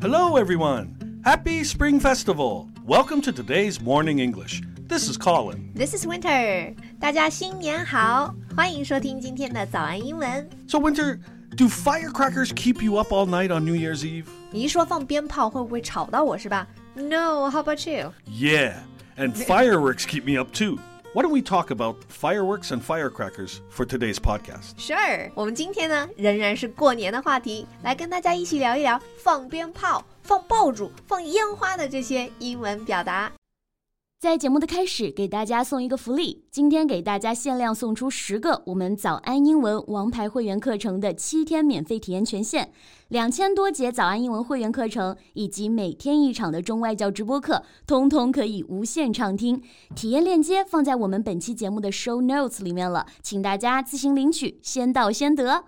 Hello, everyone. Happy Spring Festival. Welcome to today's Morning English. This is Colin. This is Winter，大家新年好，欢迎收听今天的早安英文。 So, Winter, do firecrackers keep you up all night on New Year's Eve? 你一说放鞭炮会不会吵到我是吧？No，how about you？ Yeah, and fireworks keep me up too. Why don't we talk about fireworks and firecrackers for today's podcast? Sure，我们今天呢仍然是过年的话题，来跟大家一起聊一聊放鞭炮、放爆竹、放烟花的这些英文表达。在节目的开始，给大家送一个福利，今天给大家限量送出十个我们早安英文王牌会员课程的七天免费体验权限，两千多节早安英文会员课程以及每天一场的中外教直播课，通通可以无限畅听。体验链接放在我们本期节目的 show notes 里面了，请大家自行领取，先到先得。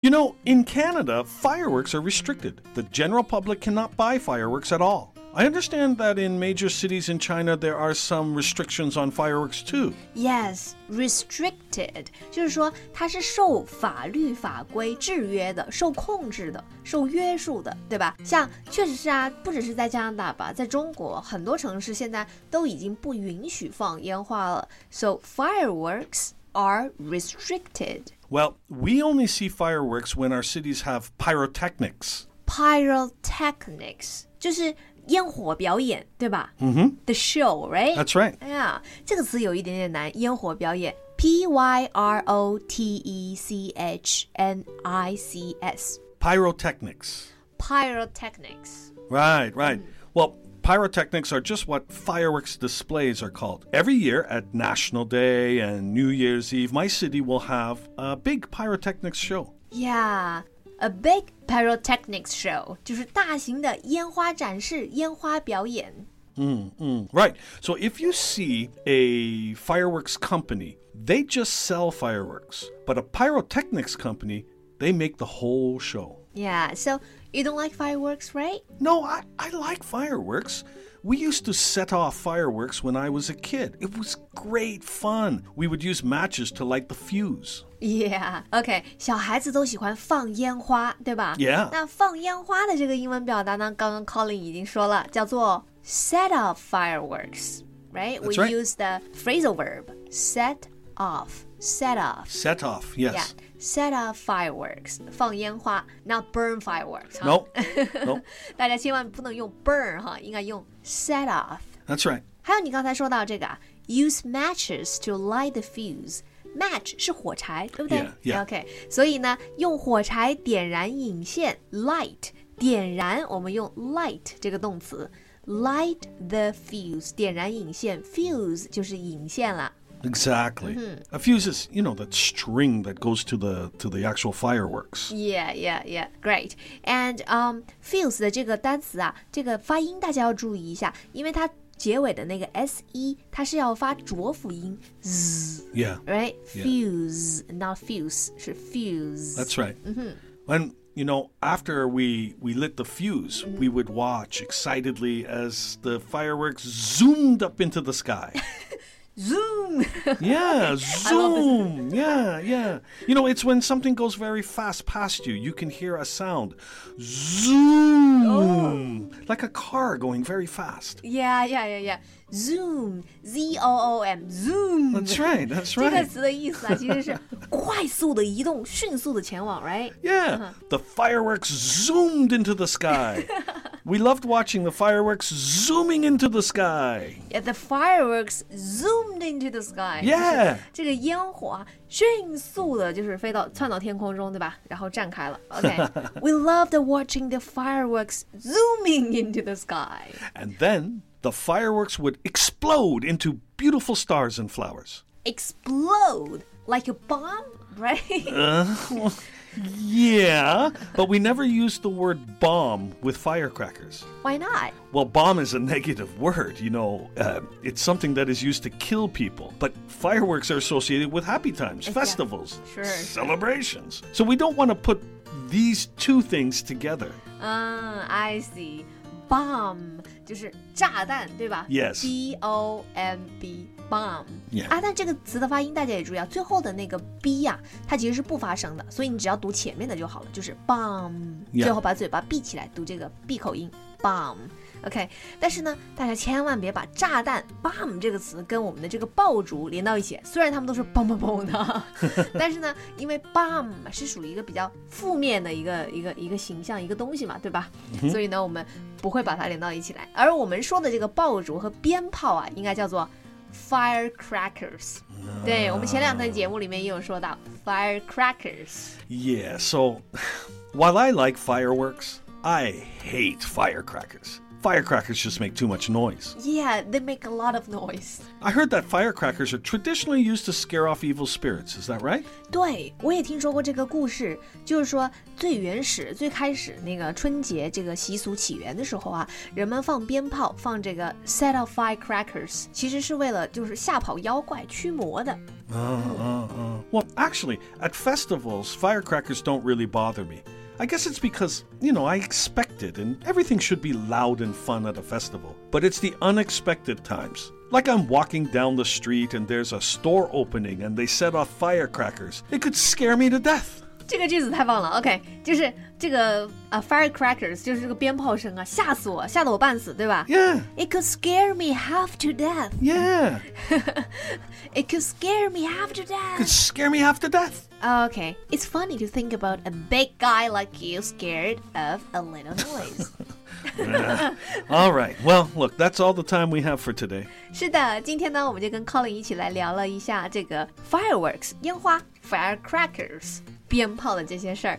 You know, in Canada, fireworks are restricted. The general public cannot buy fireworks at all. I understand that in major cities in China, there are some restrictions on fireworks too. Yes，restricted，就是说它是受法律法规制约的、受控制的、受约束的，对吧？像确实是啊，不只是在加拿大吧，在中国很多城市现在都已经不允许放烟花了。So fireworks are restricted. Well, we only see fireworks when our cities have pyrotechnics. Pyrotechnics 就是烟火表演，对吧？嗯哼，The show, right? That's right. 哎呀，这个词有一点点难，烟火表演，P Y R O T E C H N I C S，pyrotechnics。 Pyrotechnics. Right, right. Well, pyrotechnics are just what fireworks displays are called. Every year at National Day and New Year's Eve, my city will have a big pyrotechnics show. Yeah, a big pyrotechnics show 就是大型的烟花展示、烟花表演。Mm, Right. So if you see a fireworks company, they just sell fireworks, but a pyrotechnics company, they make the whole show. Yeah, so you don't like fireworks, right? No, I, I like fireworks. We used to set off fireworks when I was a kid. It was great fun. We would use matches to light the fuse. Yeah, OK，小孩子都喜欢放烟花，对吧 Yeah 那放烟花的这个英文表达呢，刚刚 Colin 已经说了，叫做 set off fireworks。Right? We That's right. use the phrasal verb set off. Set off. Set off, Yeah. yes. Set off fireworks. 放烟花，not burn fireworks. 哈 No, no, 大家千万不能用 burn 哈，应该用 set off。 that's right. 还有你刚才说到这个啊，use matches to light the fuse。Match 是火柴，对不对 Yeah, yeah. OK，所以呢，用火柴点燃引线，light 点燃，我们用 light 这个动词，light the fuse 点燃引线，fuse 就是引线了。 Exactly. Mm-hmm. A fuse is, you know, that string that goes to the to the actual fireworks. Yeah, yeah, yeah, great. And um, fuse 的这个单词啊，这个发音大家要注意一下，因为它结尾的那个 s e 它是要发浊辅音 z。 Yeah, right? Yeah. Fuse, not fuse, 是 fuse. that's right. Mm-hmm. And you know, after we we lit the fuse, Mm-hmm. we would watch excitedly as the fireworks zoomed up into the sky. Zoom. Yeah, zoom. Yeah, yeah. You know, it's when something goes very fast past you, you can hear a sound. Zoom. Like a car going very fast. yeah, yeah, yeah, yeah. Zoom, Z O O M, zoom. That's right. That's 这个 right. 词的意思啊，其 实是快速的移动，迅速的前往，right？ Yeah. The fireworks zoomed into the sky. We loved watching the fireworks zooming into the sky. Yeah, the fireworks zoomed into the sky. 就是 Yeah. 这个烟火啊，迅速的，就是飞到窜到天空中，对吧？然后绽开了。OK，we、loved watching the fireworks zooming into the sky. And then the fireworks would explode into beautiful stars and flowers. Explode like a bomb, right? Yeah, but we never used the word bomb with firecrackers. Why not? Well, bomb is a negative word, you know. Uh, it's something that is used to kill people. But fireworks are associated with happy times, festivals, Sure. celebrations. So we don't want to put these two things together. Uh, I see. 嗯 Bomb 就是炸弹，对吧 Yes B O M B bomb Yeah 啊，但这个词的发音大家也注意啊，最后的那个 b 呀、它其实是不发声的，所以你只要读前面的就好了，就是 bomb，、 Yeah 最后把嘴巴闭起来读这个闭口音 bomb。OK，但是呢，大家千万别把炸弹 “bomb” 这个词跟我们的这个爆竹连到一起。虽然他们都是嘣嘣嘣 的，但是呢，因为 “bomb” 是属于一个比较负面的一个一个一个形象一个东西嘛，对吧？嗯所以呢，我们不会把它连到一起来。而我们说的这个爆竹和鞭炮啊，应该叫做 firecrackers。对我们前两段节目里面也有说到 firecrackers。 Yeah, so while I like fireworks, I hate firecrackers. Firecrackers just make too much noise. Yeah, they make a lot of noise. I heard that firecrackers are traditionally used to scare off evil spirits. Is that right? 对，我也听说过这个故事，就是说最原始、最开始那个春节这个习俗起源的时候啊，人们放鞭炮，放这个 set off firecrackers，其实是为了就是吓跑妖怪、驱魔的。 Uh, uh, uh. Well, actually, at festivals, firecrackers don't really bother me. I guess it's because, you know, I expect it, and everything should be loud and fun at a festival. But it's the unexpected times. Like I'm walking down the street and there's a store opening and they set off firecrackers. It could scare me to death. 这个句子太棒了，OK，就是这个啊、f i r e c r a c k e r s 就是这个鞭炮声啊，吓死我，吓得我半死，对吧 Yeah, It could scare me half to death. yeah. It could scare me half to Could death. scare me half to death. Okay, it's funny to think about a big guy like you scared of a little noise. All right. Well, look, that's all the time we have for today. 是的，今天呢，我们就跟 Colin 一起来聊了一下这个 fireworks 烟花 firecrackers 鞭炮的这些事儿。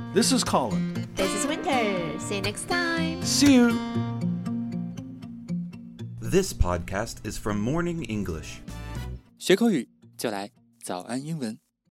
This is Colin. This is Winter. See you next time. See you. This podcast is from Morning English. 学口语就来早安英文。